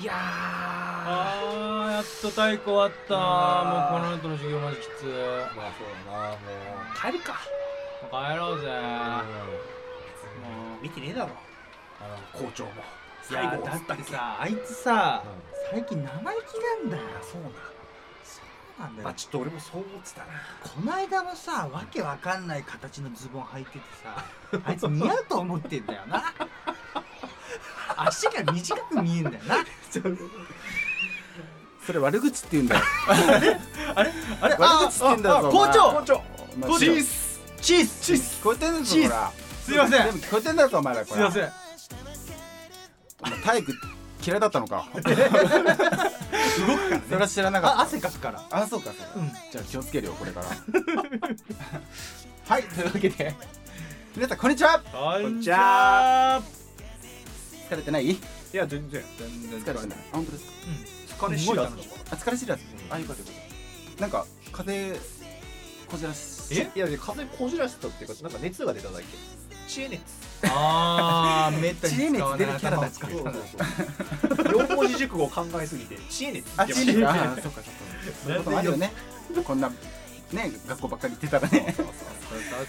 いやーあーやっと太鼓終わったあーもうこの後の授業マジきつまあそうだなもう帰るか帰ろうぜももうう見てねえだろあの校長も最後いやだだっったてけさあいつさうん最近生意気なんだよあそうなそうなんだまあよちょっと俺もそう思ってたなこないだもさわけわかんない形のズボン履いてて さあいつ似合うと思ってんだよな足が短く見えんだよなそれ悪口って言うんだよ あれ悪口って言うんだぞああお前校長お前校長チースチースチース聞こえてんだぞチースほらすいません全部聞こえてんだぞお前らこすれいませんお前体育嫌いだったのか動くからねそれは知らなかっあ汗かくからたあそうかそうか、うんじゃあ気をつけるよこれからはいというわけで皆さんこんにちはこんにちは疲れてないいや全然全然疲れてないあ本当ですかうん、彼氏だぞあ疲れ知らずあよかったよかったなんか風邪こじらしえいやで風邪こじらせたっていうかなんか熱が出ただけ知恵熱あーめったに知恵熱使わない出るキャラだ頭を使ったそなうそうそう四文字熟語を考えすぎて知恵熱あ知恵熱あーそうかそういうこともあるよねこんなね学校ばっかり行ってたら ねそうそう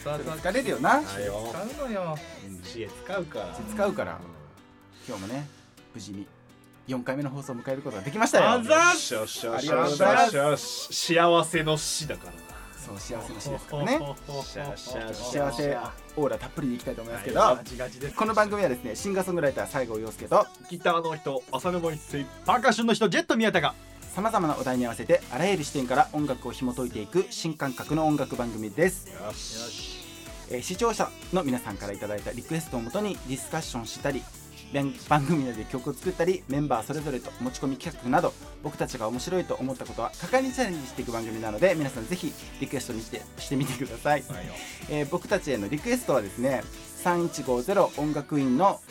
そう疲れるよなはいよ使うのよ知恵使うから使うから今日もね無事に4回目の放送を迎えることができましたあよざっしよしよあしりよがとうしございますよし幸せの死だからそう幸せの日ですからねシャーシャーシ幸せオーラたっぷりにいきたいと思いますけどガチガチですこの番組はですねシンガーソングライター西郷陽介とギターの人浅沼一成パーカッションの人ジェット宮田がさまざまなお題に合わせてあらゆる視点から音楽を紐解いていく新感覚の音楽番組ですよしえー視聴者の皆さんからいただいたリクエストをもとにディスカッションしたり番番組内で曲を作ったりメンバーそれぞれと持ち込み企画など僕たちが面白いと思ったことは果敢にチャレンジしていく番組なので皆さんぜひリクエストにしてしてみてください、よえー僕たちへのリクエストはですね3150音楽院の、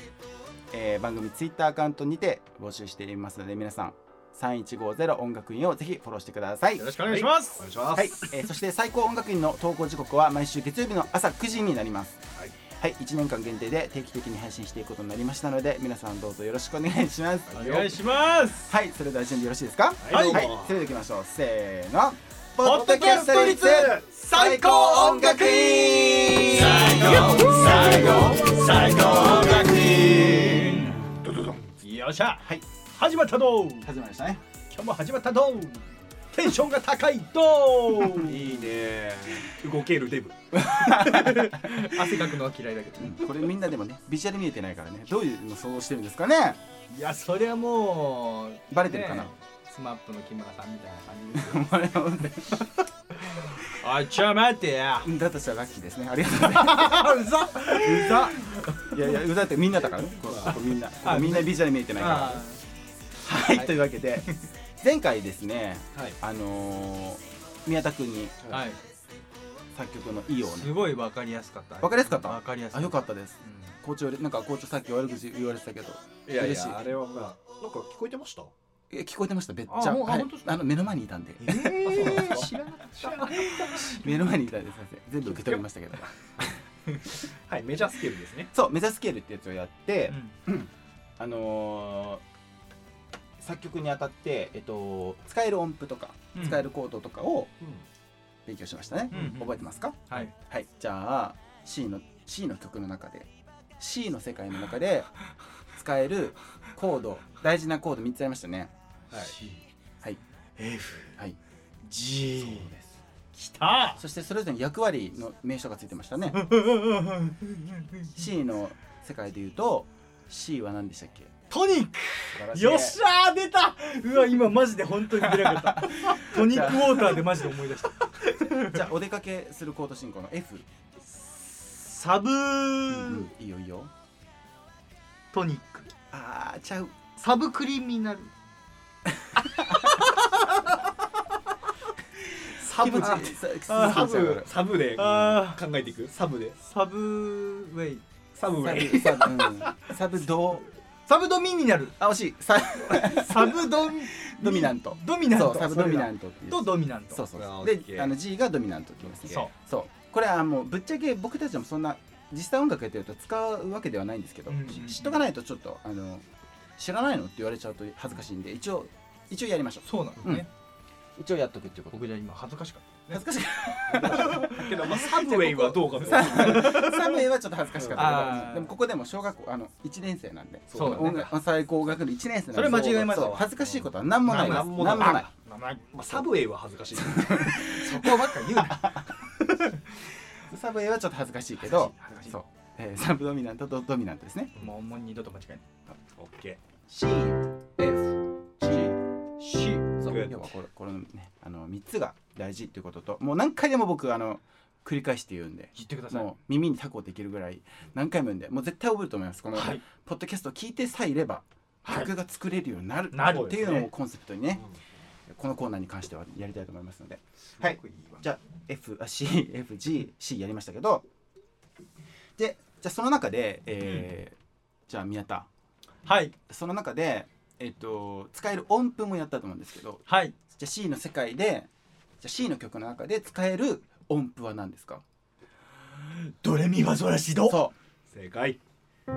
えー番組ツイッターアカウントにて募集していますので皆さん3150音楽院をぜひフォローしてくださいよろしくお願いしますお、願いしますはい、えーそして最高音楽院の投稿時刻は毎週月曜日の朝9時になります。はいはい、一1年間限定で定期的に配信していくことになりましたので、皆さんどうぞよろしくお願いします。はお願いしますはい、それでは準備よろしいですか。はいはいどうも、それでは行きましょう。せーの。ポッドキャスト率最高音楽院最高最高音楽院ドドドンよっしゃはい、始まったどー始まりましたね。今日も始まったどーテンションが高いどーいいね動けるデブ汗かくのは嫌いだけどうん これみんなでもね、ビジュアル見えてないからね、どういうの想像してるんですかね。いやそりゃもうバレてるかなねスマップの木村さんみたいな感じですよこれはねあちょ待てやだとしたらラッキーですね。ありがとうございます。あうざうざいやいやうざってみんなだからねここみんなここみんなビジュアル見えてないからあはい、はいというわけで前回ですねはいあのー、宮田君にーはい作曲の「いい」をねすごいわかりやすかったわかりやすかったわかりやすあよかっったですたうん校長よりなんか校長さっき悪口言われてたけどいやい嬉しいやあれはまあなんか聞こえてましたえ聞こえてましたべっちあゃほんあはい本当ですかあの目の前にいたんでえー、知知らなかった。目の前にいたんですいません全部受け取りましたけどはいメジャースケールですねそう「目指すスケール」ってやつをやって、うんあのー、作曲にあたって、えっと、使える音符とかうん使えるコードとかをう勉強しましたね、うんうん覚えてますかはい。はい、じゃあ C の C の曲の中で C の世界の中で使えるコード大事なコード3つありましたんねはい C はい。 F。はい。 G。きた。そしてそれぞれに役割の名称がついてましたね C の世界で言うと C は何でしたっけ トニッ素晴らク。しいよっしゃー出た。うわ今マジで本当に出なか った。トニックウォーターでマジで思い出した。じゃあお出かけするコード進行の F、サブうんいいよいいよトニック。あーちゃうサブクリミナル。サブ気持ちさサすぐブサブであ考えていくサブでサブウェイ。サブウサェイブサブ、うん、サブドサブドミニナル。あ惜しいササブドミドミナントドミナンそうト。サブドミナンントっていうとドミナント。そあうーそオうッケでーあの G がドミナントって言いますねそうそうこれはもうぶっちゃけ僕たちもそんな実際音楽やってると使うわけではないんですけど、うんし知っとかないとちょっとあの知らないのって言われちゃうと恥ずかしいんで一応一応やりましょそうなんだね、う一応やっとくっていうこと僕じゃ今恥ずかしかっ恥ずかし かけど、まあ、サブウェイはどうかと。ったサムエはちょっと恥ずかしかったけあーどでもここでも小学校あの1年生なんでそうだね音楽最高音楽の1年生なんでそれ間違いますよそう恥ずかしいことは何もないですなん何ももないないたまあまあ、サブウェイは恥ずかしい。そこばっか言うなサムエはちょっと恥ずかしいけど恥ずかしい恥ず かそう、えーサブドミナントとドミナントですねしいもうもう二度と間違えないオッケ C F G C そうグッ要はこれこのねあの三つが大事っていうことともう何回でも僕あの繰り返して言うんで言ってくださいもう耳にタコできるぐらい何回も言うんでもう絶対覚えると思いますこの、はいポッドキャストを聞いてさえいればはい曲が作れるようになる、なるっていうそうですのをねコンセプトにーね。このコーナーに関してはやりたいと思いますのではいいいわじゃあ F あ C F G C やりましたけどでじゃあその中で、えーじゃあ宮田はいその中で、えっと使える音符もやったと思うんですけどはいじゃあ C の世界でじゃあ C の曲の中で使える音符は何ですかドレミファソラシドそ正解。う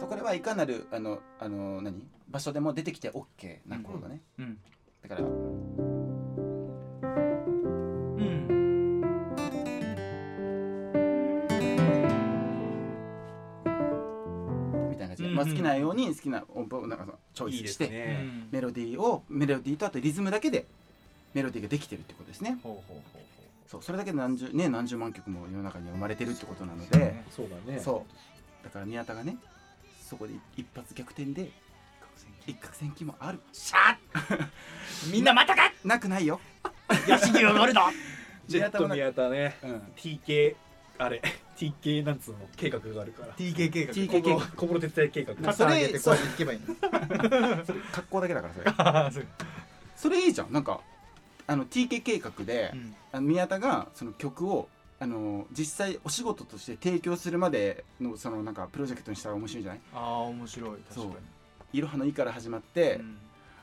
そうこれはいかなるあのあの何場所でも出てきて OK なコードね、うんだからうんみたいな感じうで、んうんまあ、好きなように好きな音符をなんかそのチョいいイでスしすてうね。んメロディーをメロディーとあとリズムだけでメロディーができてるってことですねほうほうほうほそうそれだけで何十,、ね、何十万曲も世の中には生まれてるってことなのうでそうだね。そうだから宮田がねそこで一発逆転で一攫千金もあるシャッ みんなまたかなくないよ、よしに乗るのジェット宮田ね。うん、 TK あれ TK なんつうの計画があるから TK 計画 TK 小室小室哲哉計画まあ傘上げてそこれうやって行けばいいの格好だけだからそれああそうそれいいじゃんなんかあの TK 計画で、うんあの宮田がその曲をあの実際お仕事として提供するまでのそのなんかプロジェクトにしたら面白いんじゃないああ面白い確そうかいろはの「い」から始まっにて、うん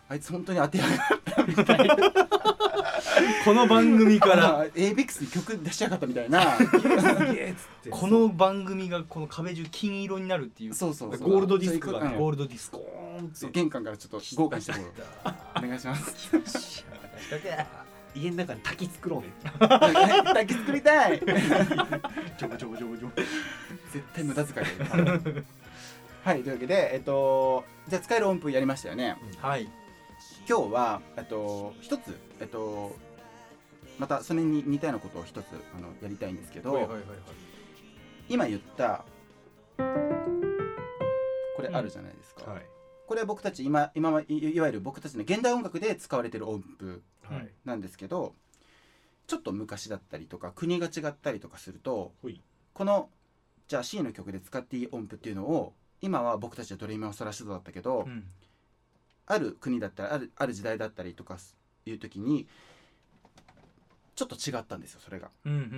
あいつ本当に当てやがっこの番組たからら ABEX に曲出しやがったみたい なすげえっつってこの番組がこの壁中金色になるっていうそうそうそうゴールドディスクがねそういうことうんゴールドディスゴコーンってそう玄関からちょっと豪華にしてもらおうお願いします 家の中に滝作ろうね滝作り たいちょぼちょぼちょぼちょぼ絶対無駄遣いだよ はいというわけでえっとじゃあ使える音符やりましたよねはい今日はえっと一つえっとまたそれに似たようなことを一つあのやりたいんですけど、はいはいはいはい今言ったこれあるじゃないですか、はいこれ僕たち今今はいいわゆる僕たちの現代音楽で使われてる音符はいなんですけどちょっと昔だったりとか国が違ったりとかするとほいこのじゃあ C の曲で使っていい音符っていうのを今は僕たちはドレミをソラシドだったけど、うんある国だったりあるある時代だったりとかいう時にちょっと違ったんですよそれが。うんうんうんうん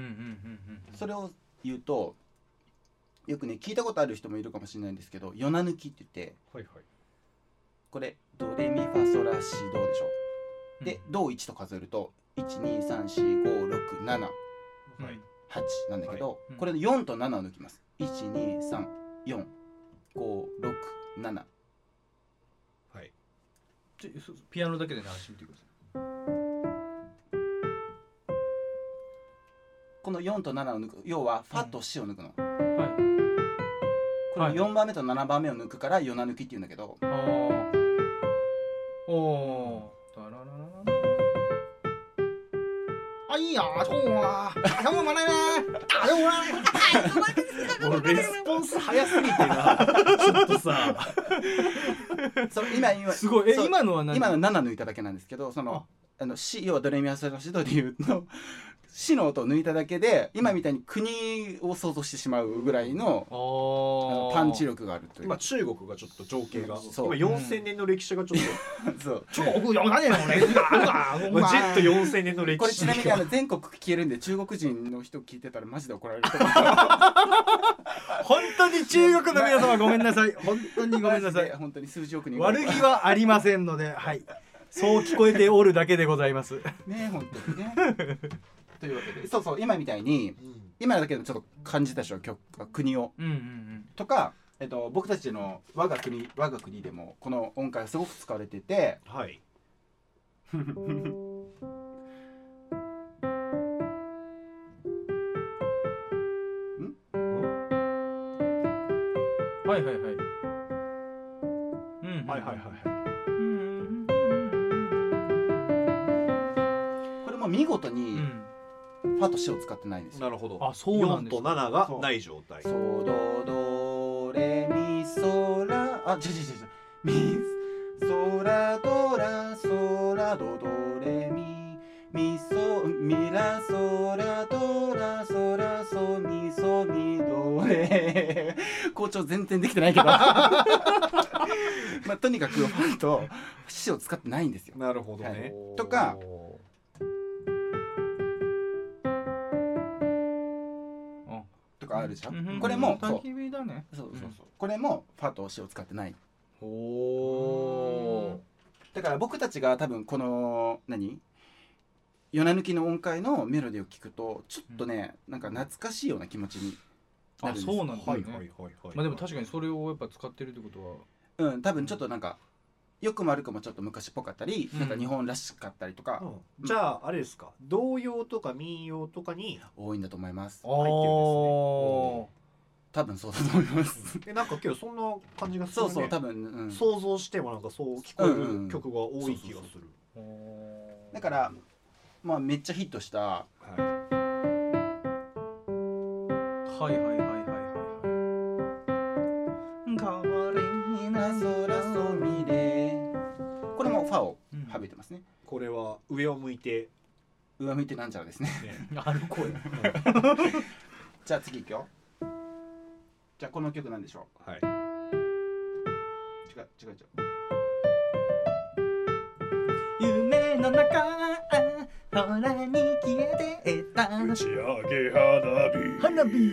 うんそれを言うとよくね聞いたことある人もいるかもしれないんですけど「夜な抜き」って言ってはいはいこれドレミファソラシドでしょ。うんで「ド」を1と数えると1234567。うんはい8なんだけど、いうんこれの4と7を抜きます1234567はいちょそピアノだけで鳴らしてみてくださこの4と7を抜く要はファとシを抜くの、いはいこのはい4番目と7番目を抜くから夜な抜きって言うんだけどああおーだららららあいいやーそうは誰もまないね誰もまないもねうレスポンス早すぎて なちょっとさ そう今今すごいえそう今のは何今の7抜いただけなんですけどそのあのシ要はドレミアソラシドでいうのシの音を抜いただけで今みたいに国を想像してしまうぐらいのあのおパンチ力があるという今中国がちょっと情景がそう今4000年の歴史がちょっ そう超奥読まねえよ俺あとまあジェット4000年の歴これ史ちなみにあの全国聞けるんで中国人の人聞いてたらマジで怒られると思う本当に中国の皆様ごめんなさい本当にごめんなさマジでい 本当に数十億人 悪気はありませんのではいそう聞こえておるだけでございますね本当にねというわけでそうそう今みたいにうん今だけどちょっと感じたでしょ曲国をうんうんとかえっと、僕たちの我が国我が国でもこの音階がすごく使われててはいはいはいはいはいはい。うん。はいはうん。これも見事うにん。ファとシを使ってないんですいよ。なるほどあ、そうなん4ですとか。 7がない状態ソドドレミソラあ違う違う違う違うミソラドラソラドドレミミソミラソラドラソラソミソミド レ校長全然できてないけどまあとにかくファンとシを使ってないんですよなるほどはいねとかとかあるじゃん、うんこれもそう焚き火だね。そうそうそうこれもファとシを使ってないおおだから僕たちが多分この何夜な抜きの音階のメロディーを聞くとちょっとね、なんか懐かしいような気持ちにあ、なるんですそうなんだはいね。はいはいはいまあでも確かにそれをやっぱ使ってるってことは。うん多分ちょっとなんかよくも悪くもちょっと昔っぽかったり、うんなんか日本らしかったりとかうんじゃああれですか童謡とか民謡とかに多いんだと思います入ってるんですねおー多 分そうだと思いますえなんか今日そんな感じがするそねうそう多分、うん、想像してもなんかそう聞こうんうんえる曲が多い気がするおーだからまあめっちゃヒットしたははいはいはいはいはい。変わり「ラなソラソミレ」これもファをうん省いてますねいこれは上を向いて上向いてなんちゃらですねねあの声。じゃあ次いくよじゃあこの曲なんでしょうはい違う違う違う夢の中ほらに消えてった打ち上げ花火花火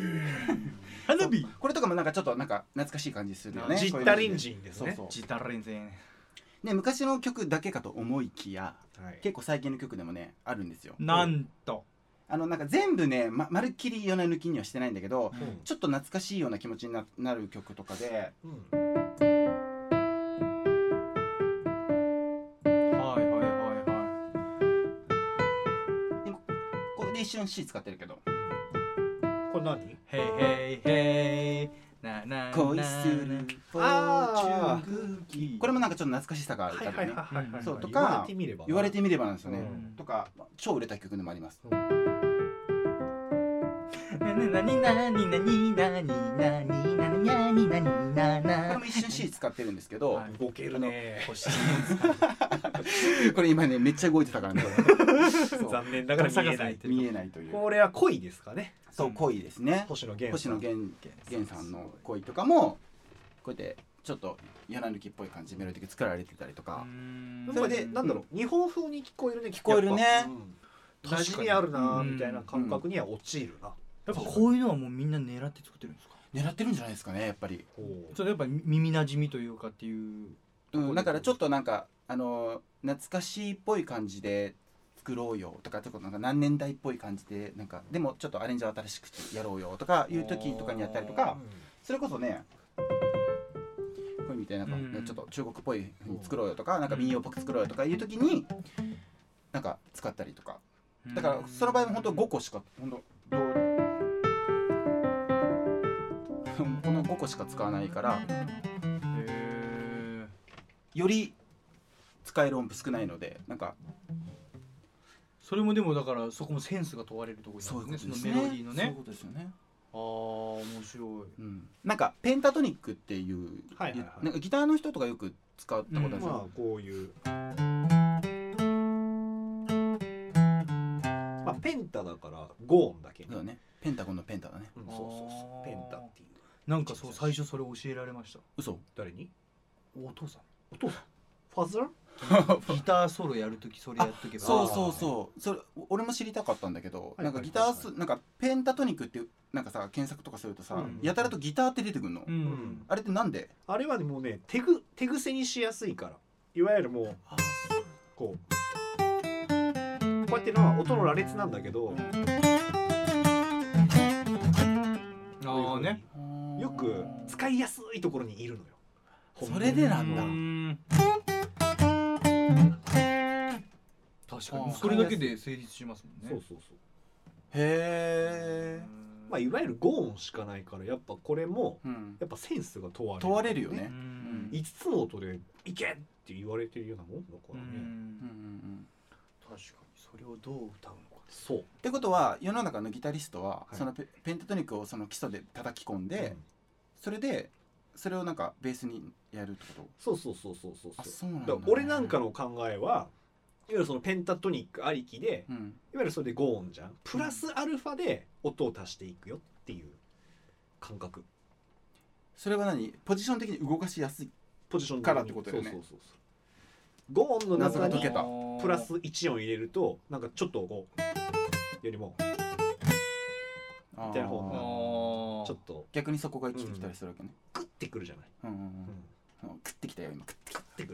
花火これとかもなんかちょっとなんか懐かしい感じするよねジッタリンジンですそういうねのでそうジタレンゼンそうね昔の曲だけかと思いきやはい結構最近の曲でもねあるんですよなんとあのなんか全部ねままるっきり夜な抜きにはしてないんだけどうんちょっと懐かしいような気持ちにななる曲とかでうんはいはいはいはこれで一瞬 C 使ってるけどこれ何いヘイヘイヘイななな恋するフォーあーチュンこれもなんかちょっと懐かしさがある多分ねうんそうと言わかれてみれば言われてみればなんですよねうんとか超売れた曲でもあ りますななになになになになになになになになにこれなも一瞬 C 使ってるんですけど、はいボケるね欲しいこれ今ねめっちゃ動いて たからねそう残念ながら見え坂なさんい見えないというこれは恋ですかねそう恋ですね星野源星さ野ん源源さんの恋とかもこうやってちょっと夜な抜きっぽい感じでメロディック作られてたりとか、な源んそかれねでなんだろう日本風に聞こえるね聞こえるね馴染みあるなーみたいな感覚には陥るなやっぱこういうのはもうみんな狙って作ってるんですか狙ってるんじゃないですかねやっぱり、それやっぱ耳なじみというかっていううん、だからちょっとなんかあの懐かしいっぽい感じで作ろうよとかちょっとなんか何年代っぽい感じでなんかでもちょっとアレンジを新しくやろうよとかいう時とかにやったりとかそれこそねこうみたいななんかうんちょっと中国っぽい風に作ろうよとかなんか民謡っぽく作ろうよとかいう時になんか使ったりとかだからその場合も本当5個しか本当どうこの5個しか使わないからへーより使える音符少ないのでなんかそれもでもだからそこもセンスが問われるところなんですねそのメロディーのそういねうことですよね、ああ面白いうん、なんかペンタトニックっていう、はいはいはいなんかギターの人とかよく使ったことあるんうでんすよ、まあこういうまあペンタだから五音だけそうだねペンタゴンのペンタだねうんそうそうそうペンタっていうなんかそう最初それ教えられました嘘誰にお父さお父さんファザーんギターソロやるときそれやっとけばそうそうそうそれお俺も知りたかったんだけど、はいなんかギターす、はなんかペンタトニックっていうなんかさ検索とかするとさ、うんやたらとギターって出てくるの、ん、うんあれってなんであれはねもうね手ぐ手癖にしやすいからいわゆるもうあこうこうやってのは音の羅列なんだけど、うこんういうあ風にねうよく使いやすいところにいるのよそれでなんだだ確かにそれだけで成立しますもんねそうそうそうへえまあいわゆる5音しかないからやっぱこれもうんやっぱセンスが問われる問われるよねうん5つの音で「いけ!」って言われてるようなもんだかうらねうんうんん確かにそれをどう歌うのかそうってことは世の中のギタリストは、はいそのペペンタトニックをその基礎で叩き込んで、うんそれでそれをなんかベースにやるってことそうそうそうそうそうあそうそうなんだだから俺なんかの考えはいわゆるそのペンタトニックありきでうんいわゆるそれで5音じゃんプラスアルファで音を足していくよっていう感覚それは何ポジション的に動かしやすいポジション的にからってことだよねそうそうそうそう5音の謎中がに解けたプラス1音入れるとなんかちょっとこうよりもみみたいな方あがーちょっと逆にそこが生きてきたりするわけね、グッてくるじゃない、うんうんううんん、うん食ってきたよ今食ってグッて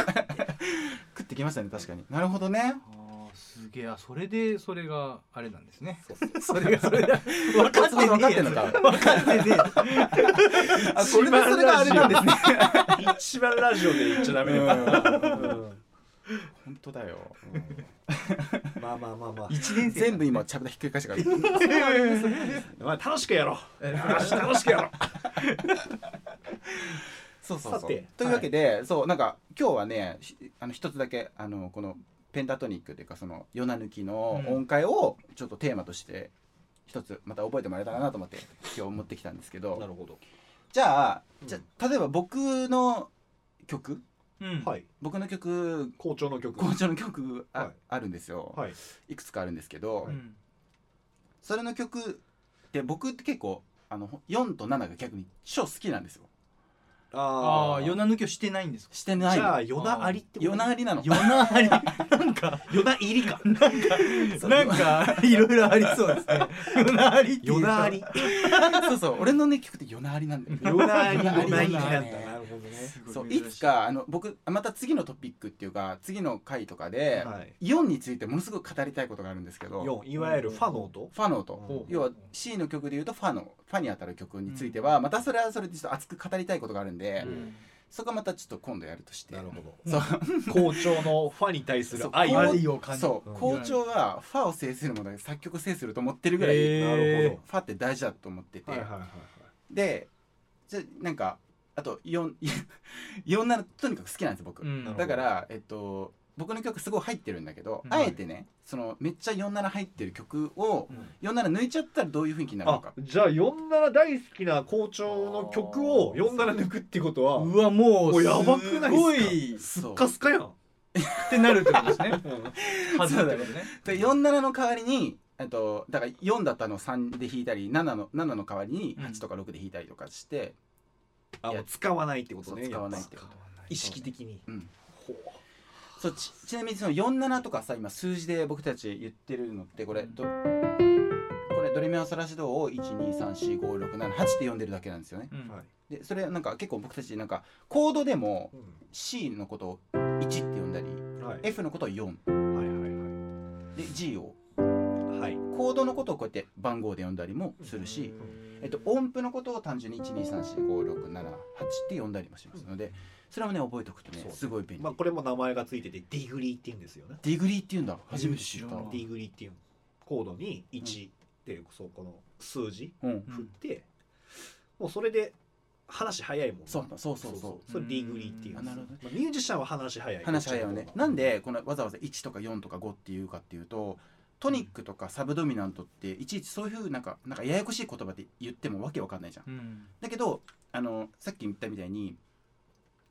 くる食ってきましたね確かになるほどねあーすげえあそれでそれがあれなんですねそうそう それがそれだ分かってねえ分かってんの か分かってねあこれでそれがあれなんですね一番ラジオで言っちゃダメだよ、うん本当 だよまあまあまあま一年生全部今ちゃぶ台ひっくり返したからあ、まあ、楽しくやろうよし楽しくやろうそうそうさそうてというわけで、そうなんか今日はねひあの一つだけあのこのペンタトニックというかそのヨナ抜きのうん音階をちょっとテーマとして一つまた覚えてもらえたらなと思って今日持ってきたんですけどなるほどじゃあうんじゃあ例えば僕の曲うんはい僕の曲校長の曲校長の曲はあ,、いあるんですよ、はいい、くつかあるんですけど、うんそれの曲って僕って結構あの4と7が逆に超好きなんですよああー夜な抜きをしてないんですかしてないじゃのあ夜なありってこと夜なありなの夜なありなん か夜な入りかそうなんかいろいろありそうですね夜なありっていうと夜なあり そうそう俺のね曲って夜なありなんだよね夜なあり夜夜ななあありりななんんだだねなるほどねすごそう珍しいつかあの僕また次のトピックっていうか次の回とかで、はいイオンについてものすごく語りたいことがあるんですけど4いわゆるファの音ファの音、うん要は C の曲でいうとファのファにあたる曲については、またそれはそれでちょっと熱く語りたいことがあるんで、うんそこはまたちょっと今度やるとしてなるほどそう校長のファに対する愛そうを愛を感じるそう、うん校長はファを制するもので作曲を制すると思ってるぐらい、へーなるほファって大事だと思ってて、はいはいはいはいでじゃなんかあと4 7とにかく好きなんです僕、うなんるほどだからえっと僕の曲すごい入ってるんだけど、うんあえてねそのめっちゃ47入ってる曲をうん47抜いちゃったらどういう雰囲気になるのあかじゃあ47大好きな校長の曲を47抜くってことはうわももううやばくないっすかすごいっそうスカスカやんてなるってことですねはずってことねで47の代わりにえっとだから4だったのを3で弾いたり7の7の代わりにうん8とか6で弾いたりとかして、あいやもう使わないってことねそう使わないやっぱってこと意識的にうんほうそうちちなみにその47とかさ今数字で僕たち言ってるのってこれどこれドレミファソラシドを12345678って呼んでるだけなんですよねうんはいでそれなんか結構僕たちなんかコードでもう C のことを1って呼んだりんはい F のことを4はいで G をはいはいはいコードのことをこうやって番号で呼んだりもするし、えっと、音符のことを単純に12345678って呼んだりもしますのでそれをね覚えておくとねそうすごい便利、まあこれも名前がついててディグリーって言うんですよねディグリーっていうんだ初めて知っえたー知らなディグリーっていうコードに1っていうそうこの数字うん振ってもうそれで話早いもんねそうそうそうそうそれディグリーっていあうなるほどねまあミュージシャンは話早い話早いよこねっちの方がなんでこのわざわざ1とか4とか5っていうかっていうとトニックとかサブドミナントっていちいちそういうふうなんかなんかややこしい言葉で言ってもわけわかんないじゃんうんだけどあのさっき言ったみたいに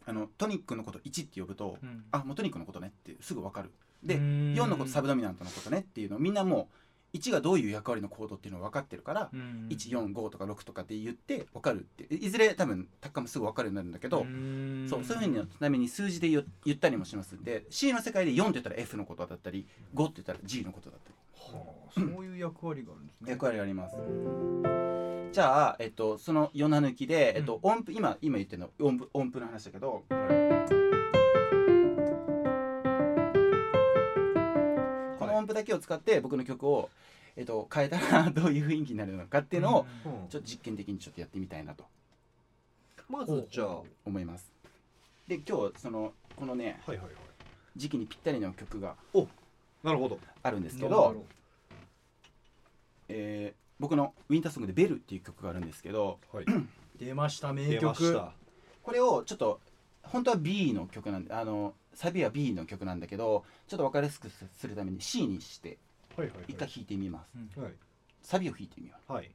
あのトニックのこと1って呼ぶと、うんあもうトニックのことねってすぐわかるでうん4のことサブドミナントのことねっていうのをみんなもう1がどういう役割の行動っていうのを分かってるから、うん145とか6とかって言って分かるっていいずれ多分タッカーもすぐ分かるようになるんだけど、んそうそういうふうにちなみに数字で言言ったりもしますで C の世界で4って言ったら F のことだったり5って言ったら G のことだったはあそういう役割があるんですりね役割がありますじゃあ、えっと、その4な抜きで、えっと、音符今今言ってるの音符音符の話だけどこの音符だけを使って僕の曲を、えっと、変えたらどういう雰囲気になるのかっていうのを、ううんんちょっと実験的にちょっとやってみたいなとまずじゃあは思いますで今日そのこのねいはいはい時期にぴったりの曲がなるほどあるんですけなんだろど、えー僕のウィンターソングで「ベル」っていう曲があるんですけどはいうん出ました名出まし曲たこれをちょっと本当は B の曲なんであのサビは B の曲なんだけどちょっと分かりやすくするために C にしてはいはいはい一回弾いてみます、うんはいサビを弾いてみよ うはい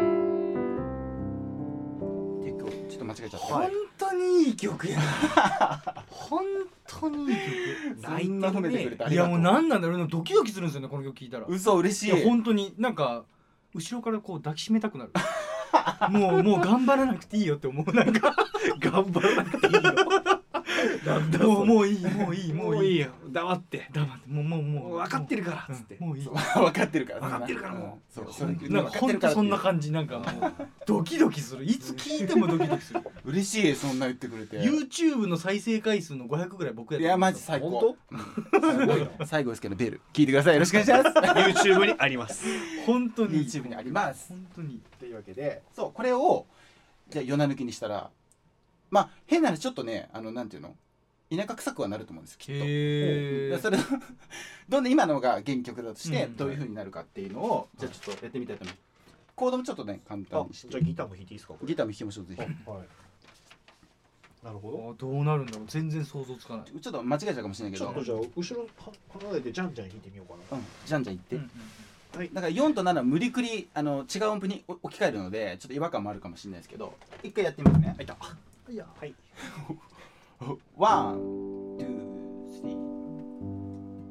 っていう曲ちょっと間違えちゃった、は本い当にいい曲やな本当にいい泣いてるねそんな褒めてくれて曲ありいがやとうもう何なんだろう俺ドキドキするんですよねこの曲聞いたらい嘘嬉しいや本当になんか後ろからこう抱きしめたくなるもうもう頑張らなくていいよって思うなんか頑張らなくていいよなんだそれもうもういいもういいもういいよ黙って黙ってもうもうもう分かってるからっつってうんもういいそう分かってるから分かってるからもうそうそれ本当なんか分かっほてるんとからってそいうんな感じなんかもうドキドキするいつ聞いてもドキドキする嬉しいそんな言ってくれて YouTube の再生回数の500ぐらい僕やいとや思うマんでジすよ最高本すごいな最後ですけどベル聞いてくださいよろしくお願いします YouTube にあります本当に YouTube にあります本当にというわけでそうこれをじゃあ夜な抜きにしたらまあ変ならちょっとねあのなんていうの田舎臭くはなると思うんですよきっへとでえそれ どんな今のが原曲だとしてうんどういう風になるかっていうのをじゃあちょっとやってみたいと思いますコードもちょっとね簡単あにしじてゃあギターも弾いていいですかこれギターも弾きましょうぜひあはいなるほどあどうなるんだろう全然想像つかない、ちょっと間違えちゃうかもしれないけちどょっとじゃあ後ろは離れてじゃんじゃん弾いてみようかなうんじゃんじゃんいって、うんうんだから4と7は無理くりあの違う音符に置き換えるのでちょっと違和感もあるかもしれないですけど一回やってみますねいたいやはいワン、ツー、スリー。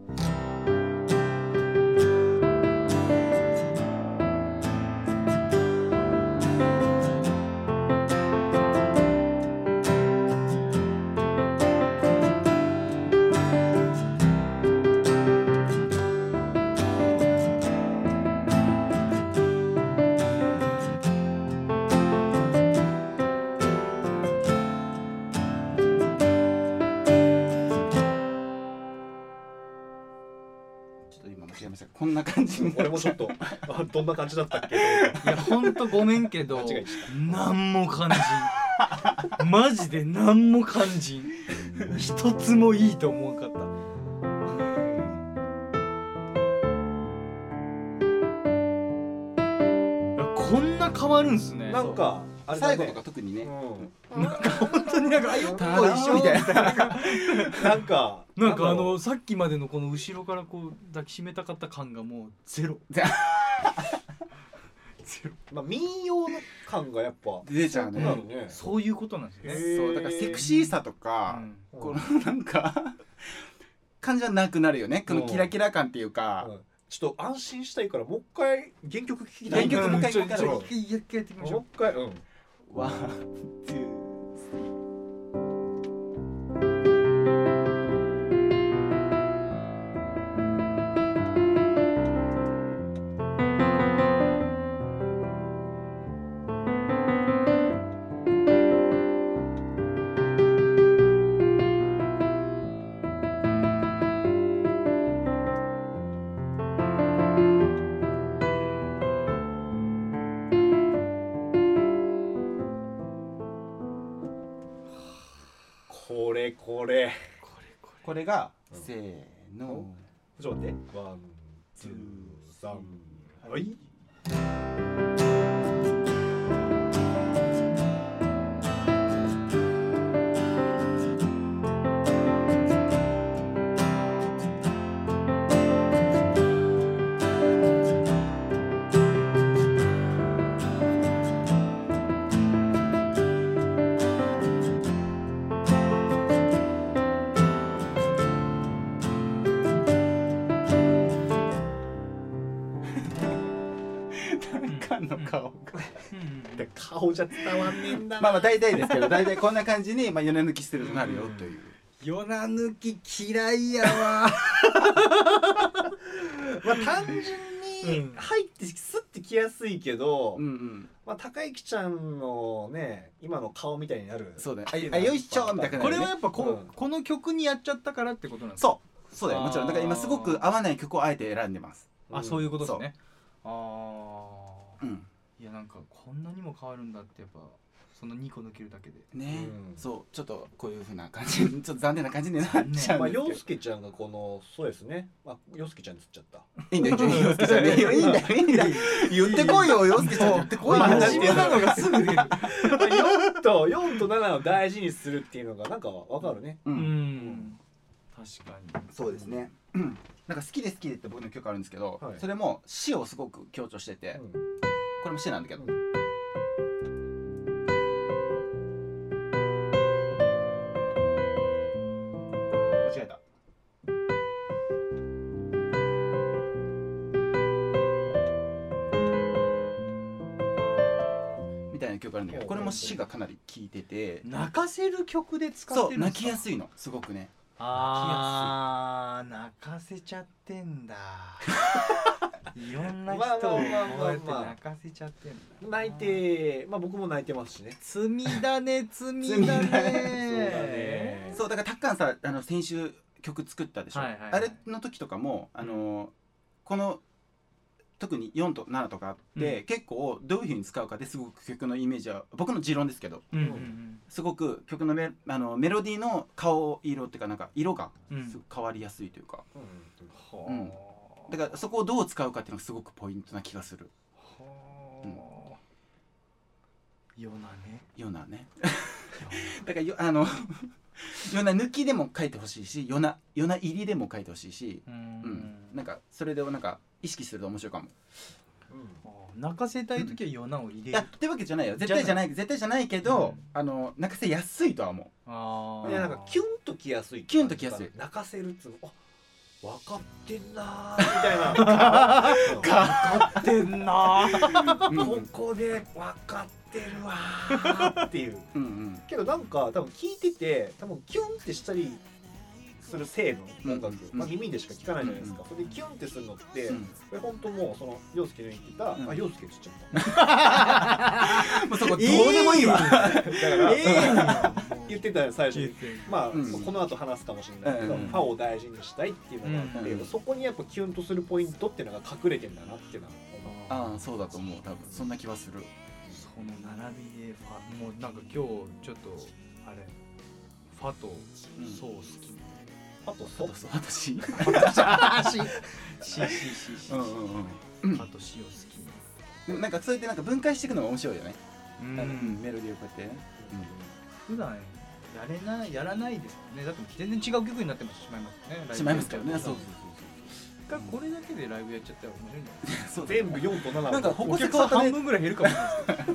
ちょっと今間違えました。こんな感じ。俺もちょっと あどんな感じだった っけいやほんとごめんけど間違えちゃった何も感じんマジで何も感じん一つもいいと思わんかったいやこんな変わるんすねなんかあれだね最後とか特にね。うなんか本当になんかあよっタこラいしーょみたいな。んなんかなんかあだろうのさっきまでのこの後ろからこう抱きしめたかった感がもうゼロゼゼロロまあ民謡の感がやっぱ出ちゃうねな。るねそういうことなんですへね、ーそうだからセクシーさとうか、んこのなんか感じはなくなるよね。このキラキラ感っていうか。うんちょっと安心したいからもう一回原曲聴きた原い曲もう一回ちょもう一回ちょ一回やってみましょもうう一回うんワン、ツー、スリー。これこれこれここれが、うんせーの。ちょっと待ってワンツーサンはいんの顔がうんで顔じゃ伝わんねえんだまあなまあ大体ですけど大体こんな感じに、まあ、米抜きしてるとなるよという、夜な抜き嫌いやわまあ単純うにん入ってスッてきやすいけど、うんうん、まあ、高之ちゃんのね今の顔みたいになるそうだねっていうのあはよいしょみたい なこれはやっぱこ,、うんこの曲にやっちゃったからってことなんですかそうそうだよもちろんだから今すごく合わない曲をあえて選んでます、あそういうこことですねああうん、いやなんかこんなにも変わるんだってやっぱその2個抜けるだけでね、うんそうちょっとこういうふうな感じ ちょっと残念な感じになっちゃうんですけど、まあ、洋介ちゃんがこのそうですね、まあ、洋介ちゃんにつっちゃったいいんだよ洋介ちゃんいいよいいんだよいいんだよ言ってこいよ洋介ちゃん言ってこいよまあ真面真面目目ななのがすぐ出る 4と4と7を大事にするっていうのがなんかわかるね ううんん確かにそうですねなんか好きで好きでって僕の曲あるんですけど、はいそれも死をすごく強調してて、これも死なんだけど、う間違えたみたいな曲あるんだけどこれも死がかなり効いてて泣かせる曲で使っそてるうんで泣すかきやすいのすごくねあー泣かせちゃってん だいろんな人をこうやって泣かせちゃってんだ泣いてまあ僕も泣いてますしね罪だ ね罪罪だだね そうだねねそうだからタッカンさあの先週曲作ったでしょ、はいはいはいあれの時とかもあの、この特に4と7とかあって、う結構どういうふうに持使うかですごく曲のイメージは僕の持論ですけどうんうんすごく曲のメあのメロディーの顔色っていうかなんか色がうんすごく変わりやすいというか、うんううんんはあだからそこをどう使うかっていうのがすごくポイントな気がするはあよなねよう なねだからよあのような抜きでも書いてほしいしようなような入りでも書いてほしいし、ううん、なんんかそれでなんか意識すると面白いかも泣かせたい時はよなを入いれやるってわけじゃないよ絶対じゃない絶対じゃないけど、うんあの泣かせやすいとは思あいやなんかキュンときやすいキュンときやすい泣かせるっつうのあ分かってんな ーみたいなうんかってんな う、うん、うんここで分かってるわーっていううんけどなんか多分聞いてて多分キュンってしたりする性の音楽、うんまあ、耳でしか聞かないじゃないですか、それでキュンってするのって、うんこれ本当もうその陽介の言ってた、うんあ陽介って言っちゃっ もうそこどうでもいいわ、た だから、言ってたよ最初消えにてるまあ、うんこの後話すかもしれないけど、うんファを大事にしたいっていうのがあって、うんそこにやっぱキュンとするポイントっていうのが隠れてんだなっていうのはああそうだと思う多分そんな気はするその並びでファもうなんか今日ちょっとあれファとうんソー好きあとそそうそう 私うん シシシシシうんうんあと塩好きでもなんかそうやってなんか分解していくのが面白いよね、うあのうん、メロディーをこうやってね普段やれなやらないですもんねだって全然違う曲になってもしまいますねライブしまいますからねやっちゃそううとそうそうがこれだけでライブやっちゃったら面白いんじゃない そう全部4と7はなんかお矛客先さん変わった半ね分ぐらい減るかもし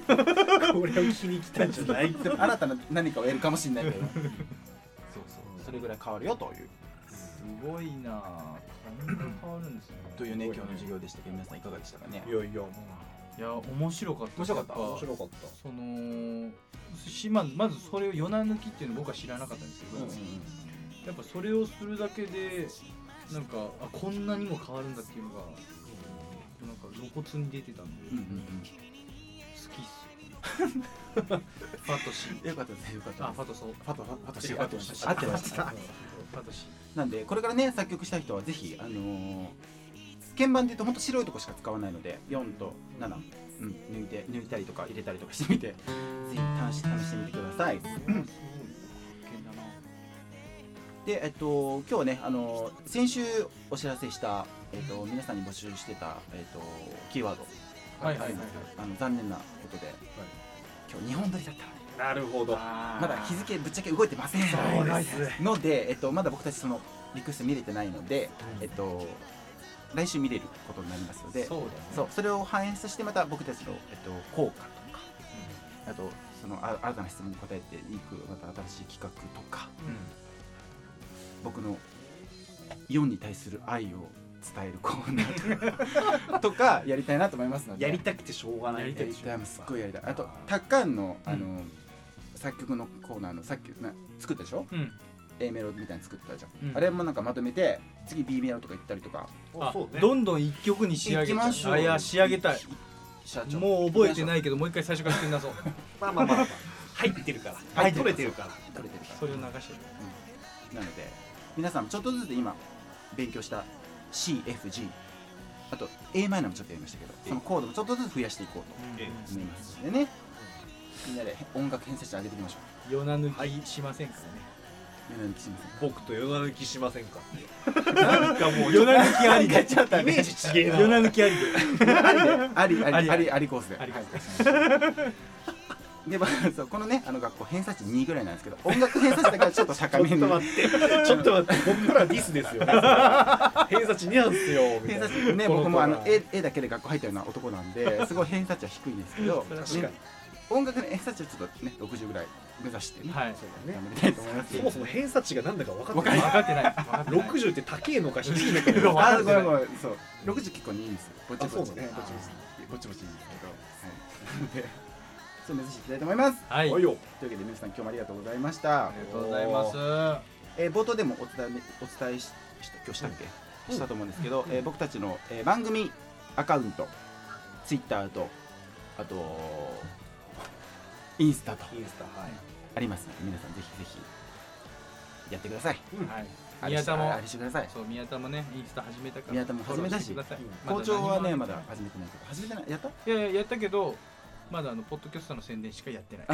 れないこれを聞きに来たんじゃない でも新たな何かを得るかもしれないけどそうそう それぐらい変わるよというすごいなあこんな変わるんですねというね今日の授業でしたけど皆さんいかがでしたかねいやいやもいや面白かった面白かったうや面ぱ白かったそのしまずまずそれを夜な抜きっていうの僕は知らなかったんですけうど、んうんやっぱそれをするだけでなんかあこんなにも変わるんだっていうのがなんか露骨に出てたんで、うんう好んきっすファトシうんよかったですよかったあですファトソパトパパトシ違うー合ってました合ってましたファトシ なんでこれからね作曲した人はぜひあのー鍵盤で言うとほんと白いとこしか使わないので4と7、うん、抜いて抜いたりとか入れたりとかしてみてぜひ試し試してみてくださいすごい発見だなでえっと今日ねあのー先週お知らせした、えっと、皆さんに募集してた、えっと、キーワードはいはいはいあの残念なことで、今日2本撮りだったのでなるほどまだ日付ぶっちゃけ動いてませんそうですので、えっと、まだ僕たちそのリクエスト見れてないので、えっと、来週見れることになりますのでそうだねそうそれを反映させてまた僕たちの、えっと、効果とかあとそのあ新たな質問に答えていくまた新しい企画とかうん僕の4に対する愛を伝えるコーナーとかとかやりたいなと思いますのでやりたくてしょうがないやりたいやりたいすっごいやりたいあとたタッカンのうんあの、作曲のコーナーのさっきな作ったでしょうん A メロみたいに作ったじゃん、うんあれもなんかまとめて次 B メロとか行ったりとかあそうねどんどん一曲に仕上げ行きたまいしょうあいや仕上げたい社長もう覚えてないけどもう一回最初から作りなそうまあまあまあまあ入ってるから入ってる取れてるから取れてるからそれを流してるなので皆さんちょっとずつ今勉強した CFG あと A マイナーもちょっとやりましたけどそのコードもちょっとずつ増やしていこうえと思いますのでねみんなで音楽編成して上げていきましょ夜な抜きしませんからねうみんなに聞き ま僕と夜な抜きしませ んかなんかもう夜な抜きありイメでージちげえな夜な抜きありでせんありありあありりありコースでありコはいでまあそうこのねあの学校偏差値2ぐらいなんですけど音楽偏差値だからちょっとち高ょめっにと待 ってちょっと待って僕らディスですよねそれは偏差値2なんですよみたい偏な差値ねこの僕もあこのの A, A だけで学校入ったような男なんですごい偏差値は低いんですけどそれは確かにね音楽の偏差値はちょっとね60ぐらい目指してね、はいね頑張りたいと思いますそもそも偏差値が何だか分かっ分てなかるい分かってない分かってない60って高えのか低いのか も分か あってごないめんごめんそう60結構いいんですよぼちぼあちそうねだねぼちぼちぼちぼちいいんですけどはいなので そう目指していきたいと思いますはいはいよというわけで皆さん今日もありがとうございましたありがとうございますえー冒頭でもお伝えお伝えしした今日したっけ、うんしたと思うんですけど、えー僕たちの、えー番組アカウントツイッターとあとインスタとインスタはいありますので皆さんぜひぜひやってくださいはあいれ宮して田もあれしてくださいそう宮田もねインスタ始めたから宮田も始めたフしォローてくださいうんまだ校長はね何もまだ始めてないけど始めてないやった いやいややったけどまだあのポッドキャストの宣伝しかやってない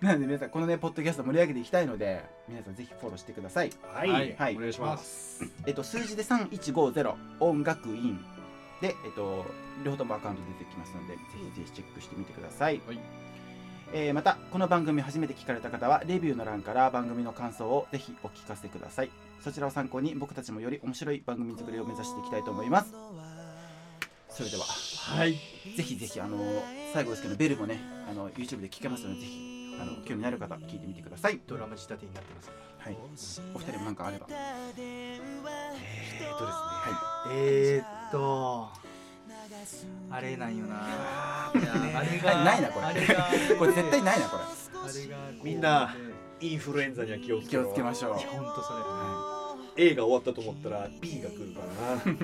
なので皆さんこのねポッドキャスト盛り上げていきたいので皆さんぜひフォローしてくださいはい、はいはいお願いしますえっと数字で3150音楽院でえっと両方ともアカウント出てきますのでぜひぜひチェックしてみてください、はいえーまたこの番組初めて聞かれた方はレビューの欄から番組の感想をぜひお聞かせくださいそちらを参考に僕たちもより面白い番組作りを目指していきたいと思いますそれでははいぜひぜひあの最後ですけどベルもねあの YouTube で聞けますのでぜひあの興味のある方聞いてみてくださいドラマ仕立てになってますはい、お二人もなんかあればはえーっとですねいえー、っとあれなんよなあれがないなこれあれが これ絶対ないなこれあれがこうみんなインフルエンザには気をつけ気ろをつけましょういやほんとそ A が終わったと思ったら B が来るかられ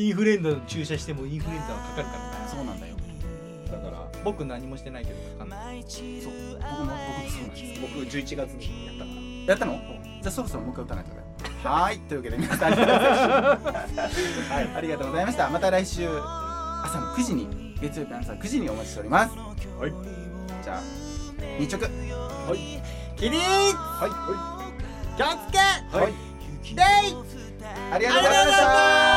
インフルエンザの注射してもインフルエンザはかかるからそうなんだよなだから僕何もしてないけどかかんないそう僕も僕もそうなんです僕11月にやったかやったのじゃあそろそろもう一回打たないとねはーいというわけで皆さんありがとうございました、はい、ありがとうございましたまた来週朝の9時に月曜日の朝9時にお待ちしておりますはいじゃあ日直らはいキリンはい気をつけはいありがとうございました